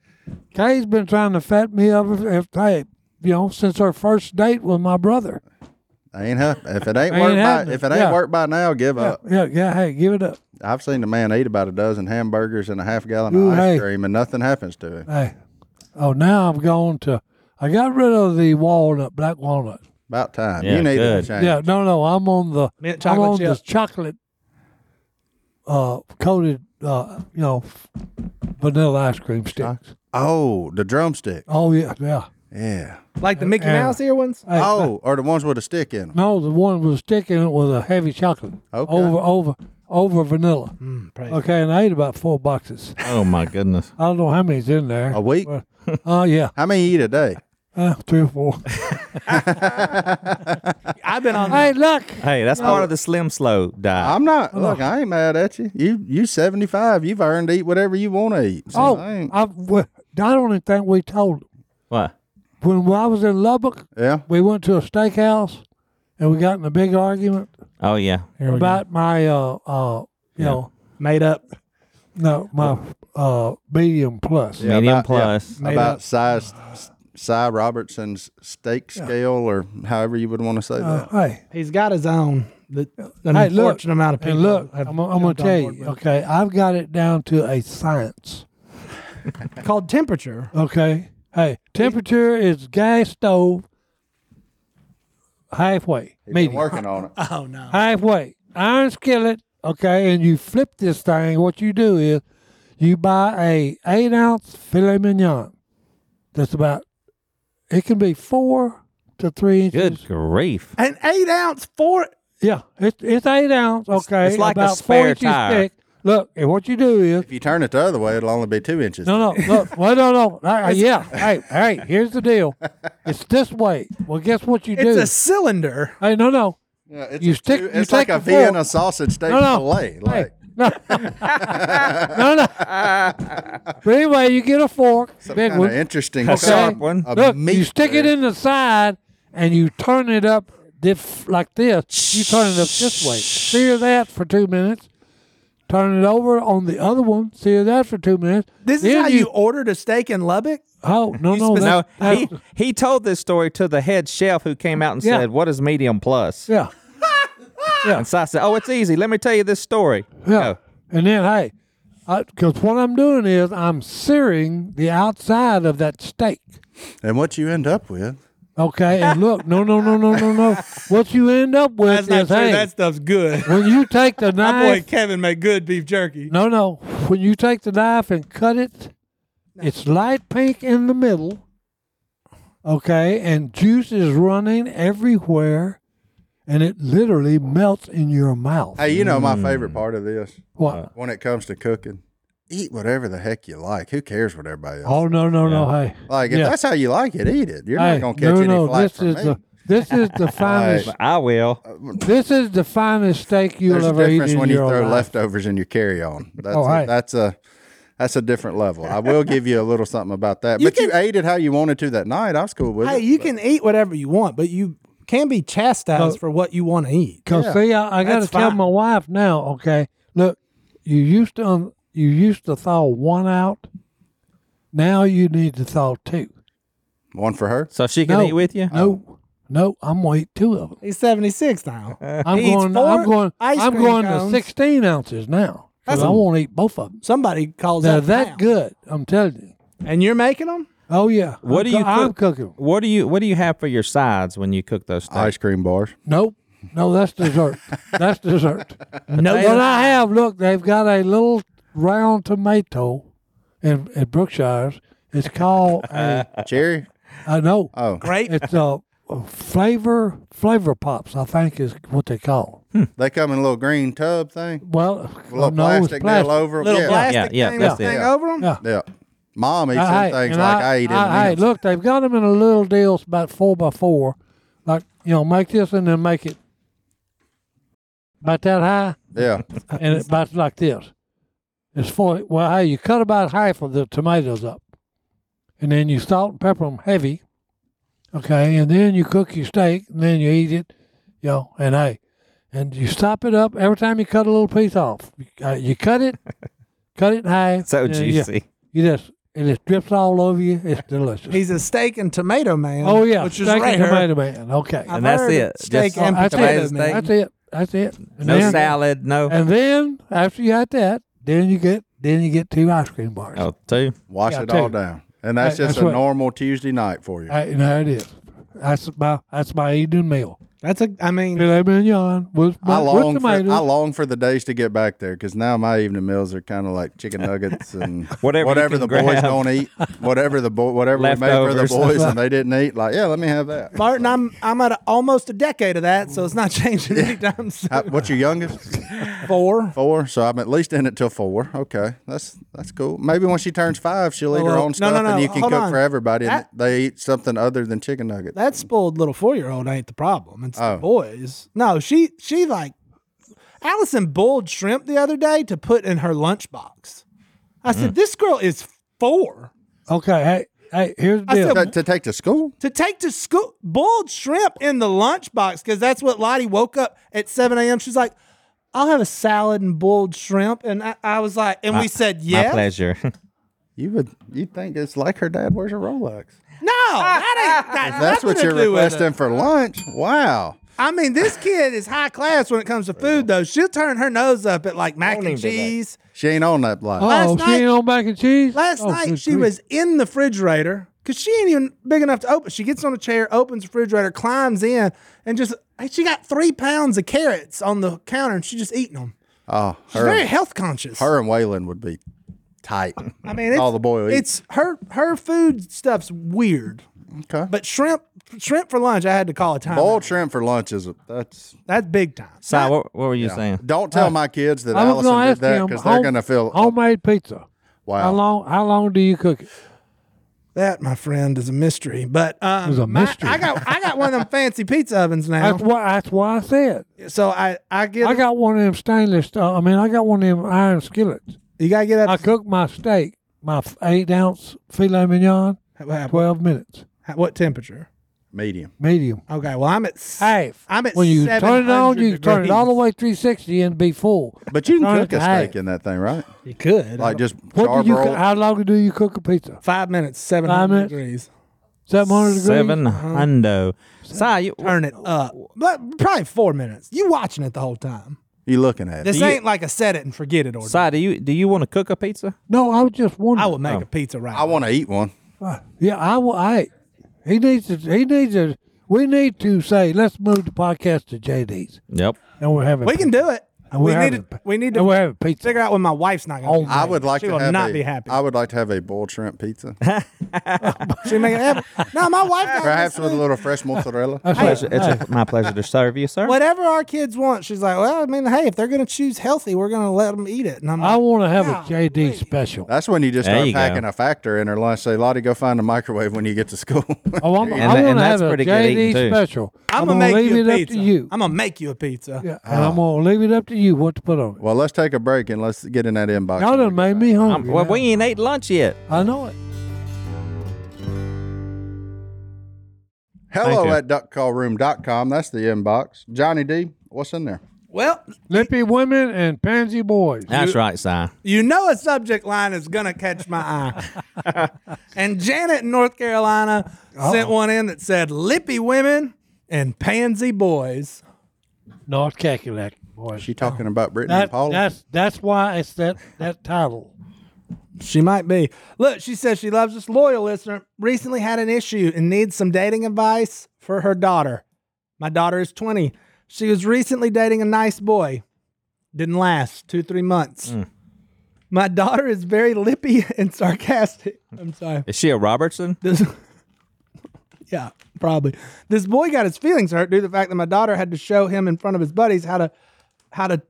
Kay's been trying to fat me up. If, if hey, you know, since her first date with my brother. Ain't hap- if it ain't, Ain't worked by happening. if it ain't Yeah. worked by now, give Yeah, up. yeah, yeah. Hey, give it up. I've seen a man eat about a dozen hamburgers and a half gallon Ooh, of ice hey. cream and nothing happens to him. Hey, oh, now I've gone to. I got rid of the walnut, black walnut. About time. Yeah, you need to good. change. Yeah, no, no. I'm on the. Mint I'm chocolate on chip. the chocolate. Uh, coated. Uh, you know, vanilla ice cream sticks. Oh, the drumstick. Oh yeah, yeah. Yeah. Like the Mickey Yeah. Mouse ear ones? Hey, Oh, or the ones with a stick in them. No, the one was sticking it with a heavy chocolate. Okay. Over over over vanilla. okay, and I ate about four boxes. Oh my goodness. I don't know how many's in there. A week? But, (laughs) uh, yeah, How many you eat a day? uh, three or (laughs) four. I've been on. hey, look. Hey, that's part of the slim slow diet. I'm not. Look, I ain't mad at you. You you 75. You've earned to eat whatever you want to eat. So Oh, I ain't- I, well, I don't even think we told. them. What? When I was in Lubbock, yeah. we went to a steakhouse, and we got in a big argument Oh yeah. about my uh uh you know (laughs) made up. no my uh medium plus. Yeah, Medium about- yeah, plus. about size, Cy Robertson's steak scale, or however you would want to say Uh, that. hey, He's got his own. The, an Hey, look, unfortunate amount of people. And look, have I'm, I'm gonna jumped on tell board you. with Okay, I've got it down to a science. it. Called temperature. Okay, hey, temperature is gas stove halfway, He's been medium, working on it. Oh no. halfway, iron skillet. Okay, and you flip this thing. What you do is you buy a eight ounce filet mignon. That's about. It can be four to three inches. Good grief. An eight ounce four. Yeah, it's it's eight ounce. Okay, it's like a about spare four inches tire. thick. Look, and what you do is If you turn it the other way, it'll only be two inches. No, no, look. Well, no, (laughs) no. Uh, yeah. Hey, hey. Here's the deal. It's this way. Well, guess what you It's do? a cylinder. hey, no, no, Yeah, it's You a stick- two- you it's like take a the fork. Vienna sausage steak no, no. fillet. Like, (laughs) no, no, no. But anyway, you get a fork, big kind of one. interesting. A cut sharp one. of Look, meat you stick it there. in the side, and you turn it up this, like this. You turn it up this way. Sear that for two minutes. Turn it over on the other one. Sear that for two minutes. This is Then how you, ordered a steak in Lubbock. Oh no, no, No, that's- that's- he, he told this story to the head chef who came out and Yeah. said, What is medium plus? yeah. And so I said, Oh, it's easy. Let me tell you this story. Yeah. And then, hey, because what I'm doing is I'm searing the outside of that steak. And what you end up with, Okay. (laughs) And look, no, no, no, no, no, no. What you end up with is, hey, stuff's good. when you take (laughs) the knife, Kevin made good beef jerky. no, no, when you take the knife and cut it, it's light pink in the middle. Okay. And juice is running everywhere. And it literally melts in your mouth. hey, you know my favorite part of this what? when it comes to cooking, eat whatever the heck you like. Who cares what everybody else? Oh, no, no, no. Hey. like if yeah. that's how you like it, eat it. You're Hey, not gonna catch any flack this from is me. the This is (laughs) the finest. But Oh, I will. This is the finest steak you'll There's a ever eat difference in when you your throw life. leftovers in your (laughs) carry on. That's, Oh, a- hey. that's a that's a different level. I will give you a little something about that. You but you can- ate it how you wanted to that night. I was cool with Hey, it. you can eat whatever you want, but you can be chastised Oh. for what you want to eat. Cause see, I, I got to That's tell fine. my wife now. Okay, look, you used to um, you used to thaw one out. Now you need to thaw two. One for her. So she can No. eat with you. No, no, I'm gonna eat two of them. He's 76 now. (laughs) I'm He eats going. four I'm going. ice I'm cream going cones. to 16 ounces now. 'cause That's- I want to eat both of them. Somebody calls They're that that now. good. I'm telling you. And you're making them? Oh yeah. What I'm do you I'm cook? cooking. 'em. What do you What do you have for your sides when you cook those things? Ice cream bars. Nope. No, that's dessert. that's dessert. No. What I have, look, they've got a little round tomato in, in Brookshire's. It's called a, Cherry. I know. Oh, Great. It's a flavor flavor pops. I think is what they call. 'em. they come in a little green tub thing. Well, A little Oh, no, plastic, it's deal plastic. over. 'em. Little yeah. plastic Yeah, yeah, thing, that's thing it. over them? Yeah. Yeah. Mom eats I- them things and like I, eat in I- hey, the look, they've got them in a little deal, it's about four by four. Like you know, make this and then make it about that high, Yeah. Uh, and it's about like this. It's for well, hey, you cut about half of the tomatoes up, and then you salt and pepper them heavy, okay, and then you cook your steak, and then you eat it, you know, and hey, and you stop it up every time you cut a little piece off. You, uh, you cut (laughs) it, cut it in half. So and, yeah, juicy. you just it just drips all over you. (laughs) It's delicious. He's a steak and tomato man. oh yeah, Which is steak rare. and tomato man. Okay, I've And that's heard it. Steak Just- and Oh, that's potato it. man. that's it. That's it. And No then, salad. No. And then after you had that, then you get then you get two ice cream bars. Oh, two. Wash Yeah, it all too. down. And that's Hey, just that's a what- normal Tuesday night for you. I, there it is. That's my that's my evening meal. That's a, I mean, Filet mignon with, I long with for I tomatoes. long for the days to get back there because now my evening meals are kind of (laughs) like chicken nuggets and Whatever you can the boys grab. don't eat, whatever the boy whatever we made for the Leftovers. (laughs) boys and they didn't eat. Like yeah, let me have that. Martin, I'm I'm at a, almost a decade of that, so it's not (laughs) changing anytime soon. How- what's your youngest? Four. Four. So I'm at least in it till four. Okay, that's that's cool. Maybe when she turns five, she'll eat her Well, own no, stuff no, no, and you can hold cook on. for everybody. And That- they eat something other than chicken nuggets. That spoiled little four year old ain't the problem. It's Oh. the boys. No, she she like Allison boiled shrimp the other day to put in her lunchbox. I said, Mm. This girl is four. okay, hey hey, here's the I deal. said- to, to take to school. To take to school boiled shrimp in the lunchbox, because that's what Lottie woke up at seven AM. She's like, I'll have a salad and boiled shrimp. And I, I was like, and we said My yes. pleasure. (laughs) You would you think it's like her dad wears a Rolex? No, that ain't (laughs) that, If that's what you're requesting for lunch. Wow. I mean, this kid is high class when it comes to food, though. She'll turn her nose up at like mac and even do that. cheese. She ain't on that block. oh, last she ain't night- on mac and cheese. Last Oh, night good she grief. was in the refrigerator because she ain't even big enough to open. She gets on a chair, opens the refrigerator, climbs in, and just and she got three pounds of carrots on the counter, and she's just eating them. Oh, She's her, very and- health conscious. her and Waylon would be tight. I mean, it's, all the boy will eat. It's her her food stuff's weird, Okay. but shrimp shrimp for lunch. I had to call a time. Boiled shrimp for lunch is a, that's. That's big time. Si, what, what were you saying? Don't tell my kids that Uh, I was Allison gonna did ask that him because they're home- gonna feel oh, homemade pizza. How wow. long how long do you cook it? That, my friend, is a mystery. But um, It's a my- mystery. I got I got one of (laughs) them fancy pizza ovens now, That's why that's why I said. so I I get I got one of them stainless. Uh, I mean, I got one of them iron skillets. you gotta get I up. cook my steak, my f- eight ounce filet mignon, What, twelve minutes, what temperature? Medium. medium. Okay, well I'm at s- Half. I'm at when you turn it on, 700 you can turn it all the degrees. way three sixty and be full. But you can Turn it cook a to half. steak in that thing, right? You could Like just What do you? charbroil coo- it. How long do you cook a pizza? five minutes, seven hundred minutes? degrees. Seven hundred degrees. Uh-huh. Seven hundo. Si, you, Turn it up, but probably four minutes. You watching it the whole time. you looking at it. This ain't like a set it and forget it order. si, do you do you want to cook a pizza? No, I was just wondering. Uh, I would make a pizza right. Oh. I want to eat one. Yeah, I will. I. He needs to. He needs to. We need to say, let's move the podcast to JD's, Yep. and we're having. We can do it. And We we're need having, to we need and we're to having pizza. figure out when my wife's not Oh, going. I would like She to will have not a- be happy. I would like to have a boiled (laughs) shrimp pizza, She make it (laughs) happen. No, my wife. got perhaps this with a thing. (laughs) little fresh mozzarella. That's right. Pleasure, it's a, my pleasure to serve you, sir. Whatever our kids want, she's like, well, I mean, hey, if they're going to choose healthy, we're going to let them eat it. And I'm I like, want to have Yeah, a JD special. That's when you just There start you go. packing a factor in her lunch. Say, Lottie, go find a microwave when you get to school. Oh, I'm, And I that- want and to that's have a pretty good eating, JD too. special. I'm, gonna going to make leave you a it pizza. up to you. I'm going to make you a pizza. Yeah, and I'm gonna leave it up to you what to put on it. (laughs) well, let's take a break and let's get in that inbox. Y'all done made me I'm, hungry. well, now. we ain't ate lunch yet. I know it. Hello Thank you. at duckcallroom.com. That's the inbox. Johnny D, what's in there? Well, Lippy women and pansy boys. That's right, Si. you know a subject line is going to catch my eye. and Janet in North Carolina sent one in that said, lippy women and pansy boys. Not cackalack boys. She talking about Brittany that, and Paula. that's that's why it's that that title. She might be. Look, she says she loves this loyal listener. Recently had an issue and needs some dating advice for her daughter. My daughter is 20. She was recently dating a nice boy. Didn't last two, three months. My daughter is very lippy (laughs) and sarcastic. I'm sorry. Is she a Robertson? This, yeah, probably. This boy got his feelings hurt due to the fact that my daughter had to show him in front of his buddies how to how to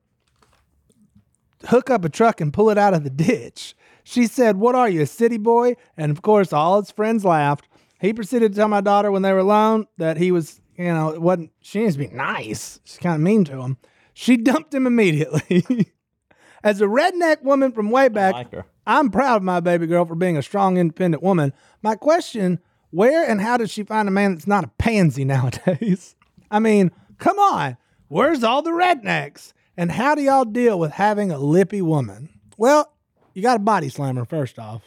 hook up a truck and pull it out of the ditch. She said, "What are you, a city boy?" And of course, all his friends laughed. He proceeded to tell my daughter when they were alone that he was, you know, it wasn't. She needs to be nice. She's kind of mean to him. She dumped him immediately. (laughs) As a redneck woman from way back, like her. I'm proud of my baby girl for being a strong, independent woman. My question where and how does she find a man that's not a pansy nowadays? (laughs) I mean, come on. Where's all the rednecks? And how do y'all deal with having a lippy woman? Well, you got a body slammer, first off.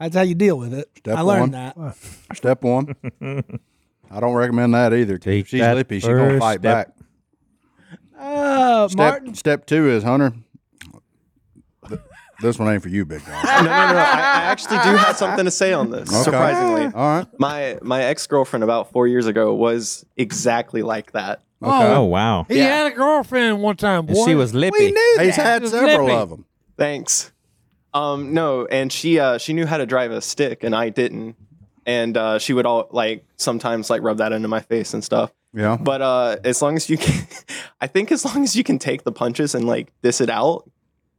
That's how you deal with it. Step I learned one. that. (laughs) Step one. I don't recommend that either. 'cause Take if she's that lippy, she's gonna first fight step. back. Uh, Oh, Step Martin. step two is Hunter. th- This one ain't for you, big (laughs) guy. no, no, no. I, I actually do have something to say on this. Okay. Surprisingly, All right. my my ex girlfriend about four years ago was exactly like that. Oh, wow. He Yeah. had a girlfriend one time. And Boy. she was lippy. We knew He's that. had Just several lippy. of them. Thanks. Um, no, and she uh, she knew how to drive a stick, and I didn't. And uh, she would all like sometimes like rub that into my face and stuff. Yeah. But uh, as long as you can, (laughs) I think as long as you can take the punches and like diss it out,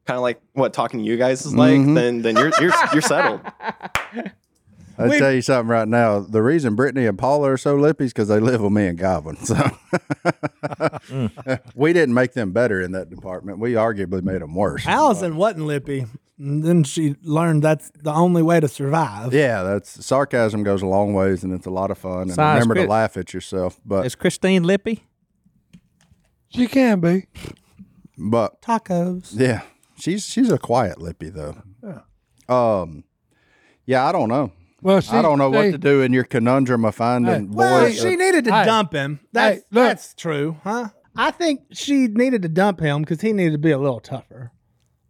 kind of like what talking to you guys is like, then then you're you're you're settled. I tell you something right now. The reason Brittany and Paula are so lippy is because they live with me and Goblin. (laughs) So (laughs) we didn't make them better in that department. We arguably made them worse. Allison wasn't lippy. And then she learned that's the only way to survive. Yeah, that's sarcasm goes a long ways, and it's a lot of fun. And Si, it's remember to good. laugh at yourself. But Is Christine lippy? She can be. but Tacos. Yeah, she's she's a quiet lippy though. Yeah. Um, yeah, I don't know. Well, she, I don't know what they- to do in your conundrum of finding Hey. boys. Well, or- she needed to Hey. dump him. That's Hey, look. that's true, huh? I think she needed to dump him because he needed to be a little tougher.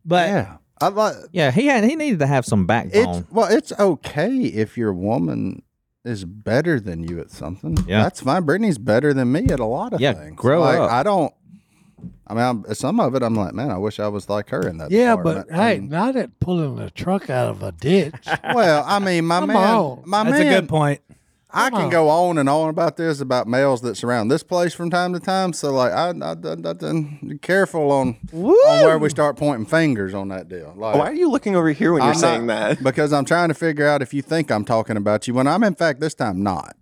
But yeah, I like Yeah, he had, he needed to have some backbone. it's well, it's okay if your woman is better than you at something. Yeah. that's fine. Brittany's better than me at a lot of Yeah, things. grow Like, up. I don't. I mean, I'm, some of it, I'm like, man, I wish I was like her in that. Yeah, but department. hey, And- not at pulling a truck out of a ditch. well, I mean, (laughs) my Come man, on. my that's man, a good point. I Come can on. go on and on about this about males that surround this place from time to time. So like I, I, I, I done- careful on on where we start pointing fingers on that deal. Like, Why are you looking over here when you're I'm saying not- (laughs) that? because I'm trying to figure out if you think I'm talking about you when I'm in fact this time not.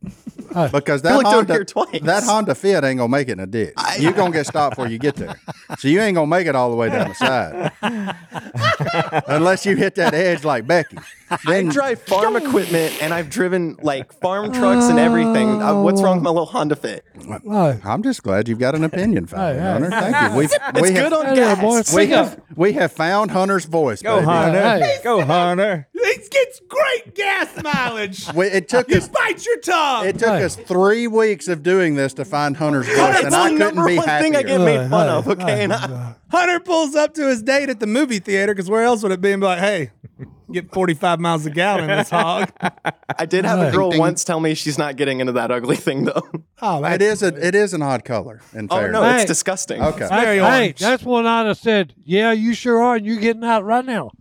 Because that looked over Honda, here twice. that Honda Fit ain't gonna make it in a ditch. You're gonna get stopped before you get there, so you ain't gonna make it all the way down the side unless you hit that edge like Becky. I drive farm equipment and I've driven like farm trucks and everything. Uh, what's wrong with my little Honda Fit? no. I'm just glad you've got (laughs) an opinion, Father Hey, hey. Hunter. Thank you. We've, (laughs) It's we have- good on Hey there, gas. boy. We Speak up. have, we have found Hunter's voice. Go baby. Hunter. Hey. Go Hunter. It gets great gas mileage. We, it took us Bite your tongue. it took Hey. us three weeks of doing this to find Hunter's voice, That's and I the couldn't number be one happier. thing I get made fun of. Okay, and I, Hunter pulls up to his date at the movie theater because where else would it be? And be like, hey, get 45 miles a gallon, this hog. I did have Right. a girl Ding, ding. once tell me she's not getting into that ugly thing though. Oh, It that is a it is an odd color. In oh fairness. no, Hey. it's disgusting. Okay. That's- very hey, orange. that's what I'd have said. Yeah, you sure are. And you're getting out right now.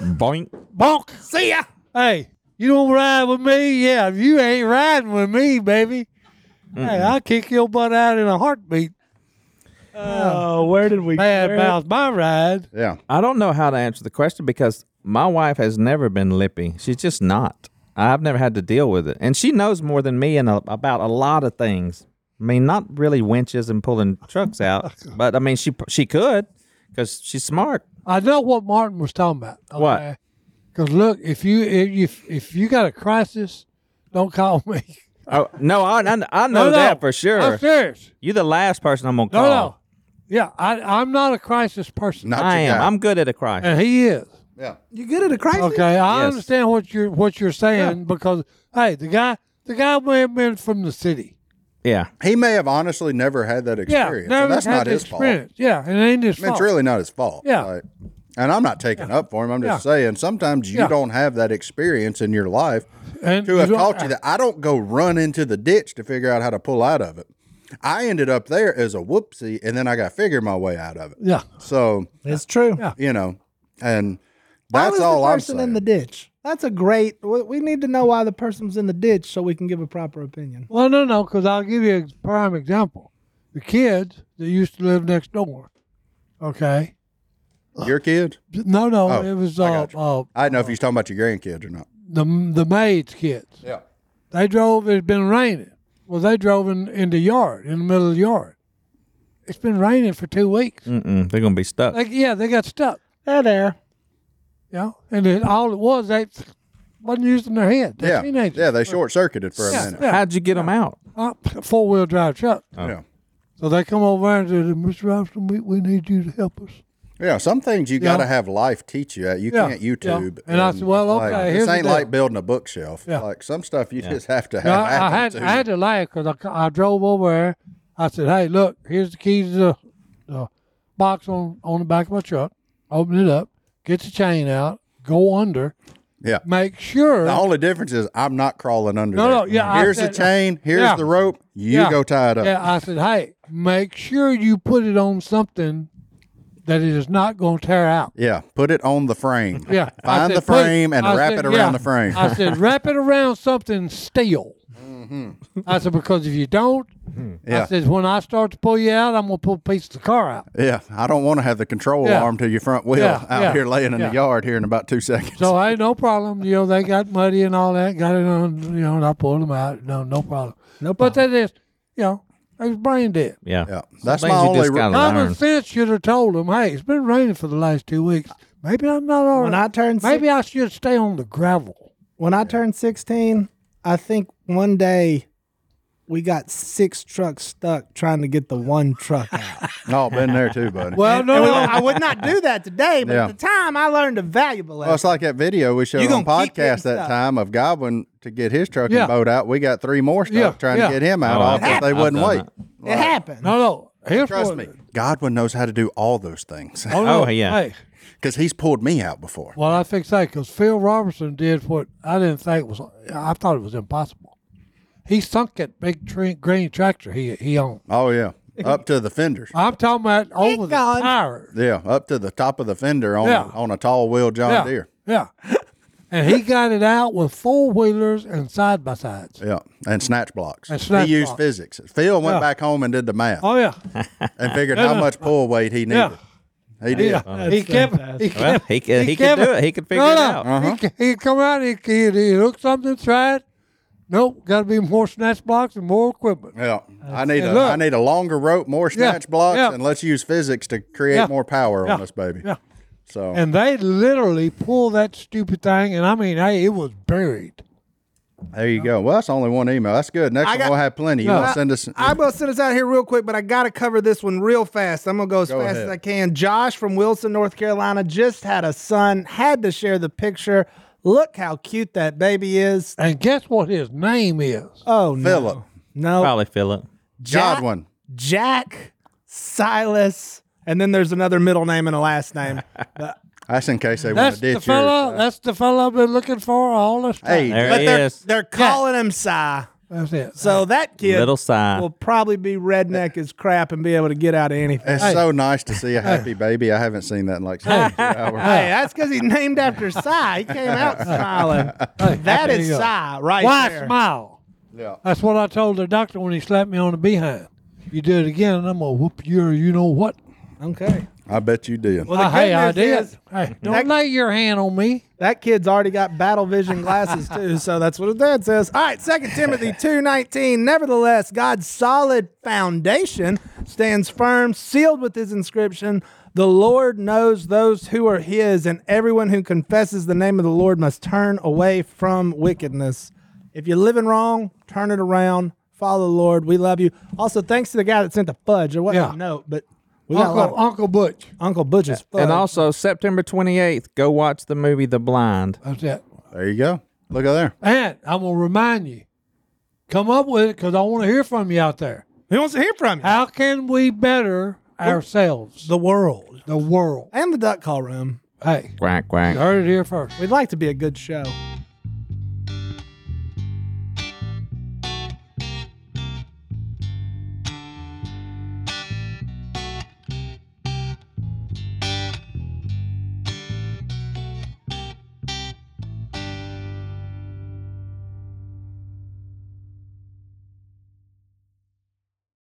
Boink. Bonk. See ya. Hey, you don't ride with me? Yeah, you ain't riding with me, baby. Hey, I'll kick your butt out in a heartbeat. Oh, where did we? Bad mouth my ride. Yeah. I don't know how to answer the question because my wife has never been lippy. She's just not. I've never had to deal with it, and she knows more than me in a, about a lot of things. I mean, not really winches and pulling trucks (laughs) out, but I mean, she she could because she's smart. I know what Martin was talking about. What? Because look, if you if you, if you got a crisis, don't call me. Oh (laughs) no, I I, I know No, no. that for sure. Oh. I'm serious. You're the last person I'm gonna No, call. no. Yeah, I, I'm not a crisis person, Not I your am. guy. I'm good at a crisis. and he is. yeah. You good at a crisis? Okay, I Yes. understand what you're what you're saying because hey, the guy the guy may have been from the city. Yeah. He may have honestly never had that Yeah, experience. never and that's had not the his fault. experience. Yeah, it ain't his I mean, fault. it's really not his fault. Yeah. Like, and I'm not taking up for him. I'm just Yeah. saying sometimes you Yeah. don't have that experience in your life And to have don't- taught you that. I don't go run into the ditch to figure out how to pull out of it. I ended up there as a whoopsie, and then I got to figure my way out of it. Yeah, So It's true. Yeah. you know, and Why was that's all the I'm person saying. in the ditch? That's a great. We we need to know why the person was in the ditch so we can give a proper opinion. Well, no, no, because I'll give you a prime example. The kids that used to live next door. Okay. your kid? No, no, Oh, it was I uh, got you. uh, I don't know if you're talking about your grandkids or not. the the maid's kids. Yeah. They drove. It's been raining. Well, they drove in, in the yard, in the middle of the yard. It's been raining for two weeks. Mm. Mm-mm, they're gonna be stuck. Like, yeah, they got stuck. There, there. You know, and it, all it was they wasn't using their head. They're Yeah. teenagers. Yeah. They short circuited for a Yeah, minute. yeah. How'd you get them out? four wheel drive truck. yeah. So they come over and said, "Mr. Robinson, we, we need you to help us." Yeah, some things you Yeah. got to have life teach you. At. You Yeah, can't yeah. YouTube. And I said, well, like, okay, here's this the ain't deal. like building a bookshelf. Yeah. Like some stuff you just have to have. Yeah, I, I had attitude. I had to laugh because I, c- I drove over there. I said, "Hey, look, here's the keys to the, the box on on the back of my truck. Open it up, get the chain out, go under, yeah. make sure." The only difference is I'm not crawling under. No, there. no, yeah, I Here's the said- chain. Here's yeah. the rope. You Yeah. go tie it up. yeah, I said, "Hey, make sure you put it on something that it is not going to tear out." Yeah, Put it on the frame. (laughs) Yeah, I Find said, the "Put it- frame and I wrap said, it around yeah. the frame. I (laughs) said, "Wrap it around something steel." I said, "Because if you don't." I Mm-hmm. Yeah. said, when I start to pull you out, I'm gonna pull a piece of the car out. yeah. I don't want to have the control Yeah. arm to your front wheel Yeah, out yeah, here laying in yeah. the yard here in about two seconds. (laughs) So hey, no problem. You know they got muddy and all that. Got it on. You know, and I pulled them out. No, no problem. No, but that is, you know, they was brain dead. Yeah. yeah. That's Things my you only. just re- gotta Common (laughs) learn. sense should have told them, hey, it's been raining for the last two weeks. Maybe I'm not all When right. I turned six- Maybe I should stay on the gravel. When I turned 16, I think one day we got six trucks stuck trying to get the one truck (laughs) out. No, been there too, buddy. Well, And no, we- no. I would not do that today, but Oh, Yeah. at the time I learned a valuable Well, it's lesson. like that video we showed You on gonna keep getting podcast that stuff. time of Godwin to get his truck Yeah. and boat out. We got three more stuck Yeah, trying yeah. to get him out. Oh, off I've- if they I've wouldn't done wait. that. it happened. no, no. Here's Trust what- me, Godwin knows how to do all those things (laughs) Oh, no. Oh, yeah. Hey, because he's pulled me out before. well, I think that because Phil Robertson did what I didn't think was, I thought it was impossible. He sunk that big tra- green tractor he he owned. Oh yeah, up to the fenders. I'm talking about over the gone. tire. Yeah, up to the top of the fender on Yeah. on a tall wheel John yeah, Deere. Yeah. and he got it out with four wheelers and side by sides. Yeah, and snatch blocks. And snatch he used blocks. physics. Phil went Yeah. back home and did the math Oh yeah. and figured how much pull weight he needed. Yeah. He did. yeah. He kept he kept Well, he could, he, could kept do it. He could figure No, it no. out. Uh-huh. He, he'd come out, he he he hooked something, try it. Nope, got to be more snatch blocks and more equipment. Yeah, I need it. a I Look. need a longer rope, more Yeah, snatch blocks, yeah. and let's use physics to create Yeah, more power yeah, on this baby. yeah. So And they literally pulled that stupid thing, and I mean, hey, it was buried. there you go. Well, that's only one email. That's good. Next I one got- we'll have plenty. You No. want to send us? I'm gonna send us out here real quick, but I gotta cover this one real fast. I'm gonna go as Go fast ahead. as I can. Josh from Wilson, North Carolina, just had a son. Had to share the picture. Look how cute that baby is. And guess what his name is? Oh no, Philip. no, Probably Philip. Jack, Godwin. Jack, Silas, and then there's another middle name and a last name. but That's in case they want That's to the ditch yours. fella. That's the fella I've been looking for all this time. Hey, There but he they're, is. Uh, they're calling him Psy. That's it. So that kid Little Psy. will probably be redneck as crap and be able to get out of anything. it's so nice to see a happy baby. I haven't seen that in like 72 hours. (laughs) Hey, that's because he's named after Psy. He came (laughs) out smiling. Hey, That there is you go. Psy right Why there. smile? Yeah. That's what I told the doctor when he slapped me on the behind. You do it again, and I'm gonna whoop your, you know what? Okay. I bet you did. Well, the Uh, hey, I good news did. is hey, don't that- lay your hand on me. that kid's already got battle vision glasses (laughs) too, so that's what his dad says. All right, 2 Timothy (laughs) 2.19, Nevertheless, God's solid foundation stands firm, sealed with his inscription. The Lord knows those who are his, and everyone who confesses the name of the Lord must turn away from wickedness. If you're living wrong, turn it around. Follow the Lord. We love you. Also, thanks to the guy that sent the fudge. It wasn't Yeah. a note, but we got a lot Uncle, of- Uncle Butch. Uncle Butch's fudge. And also September 28th, go watch the movie The Blind. That's it. There you go. Look at there. And I'm gonna remind you, come up with it because I want to hear from you out there. Who wants to hear from you? How can we better ourselves, The world. the world? And the duck call room. Hey, Quack, you quack. heard it here first. We'd like to be a good show.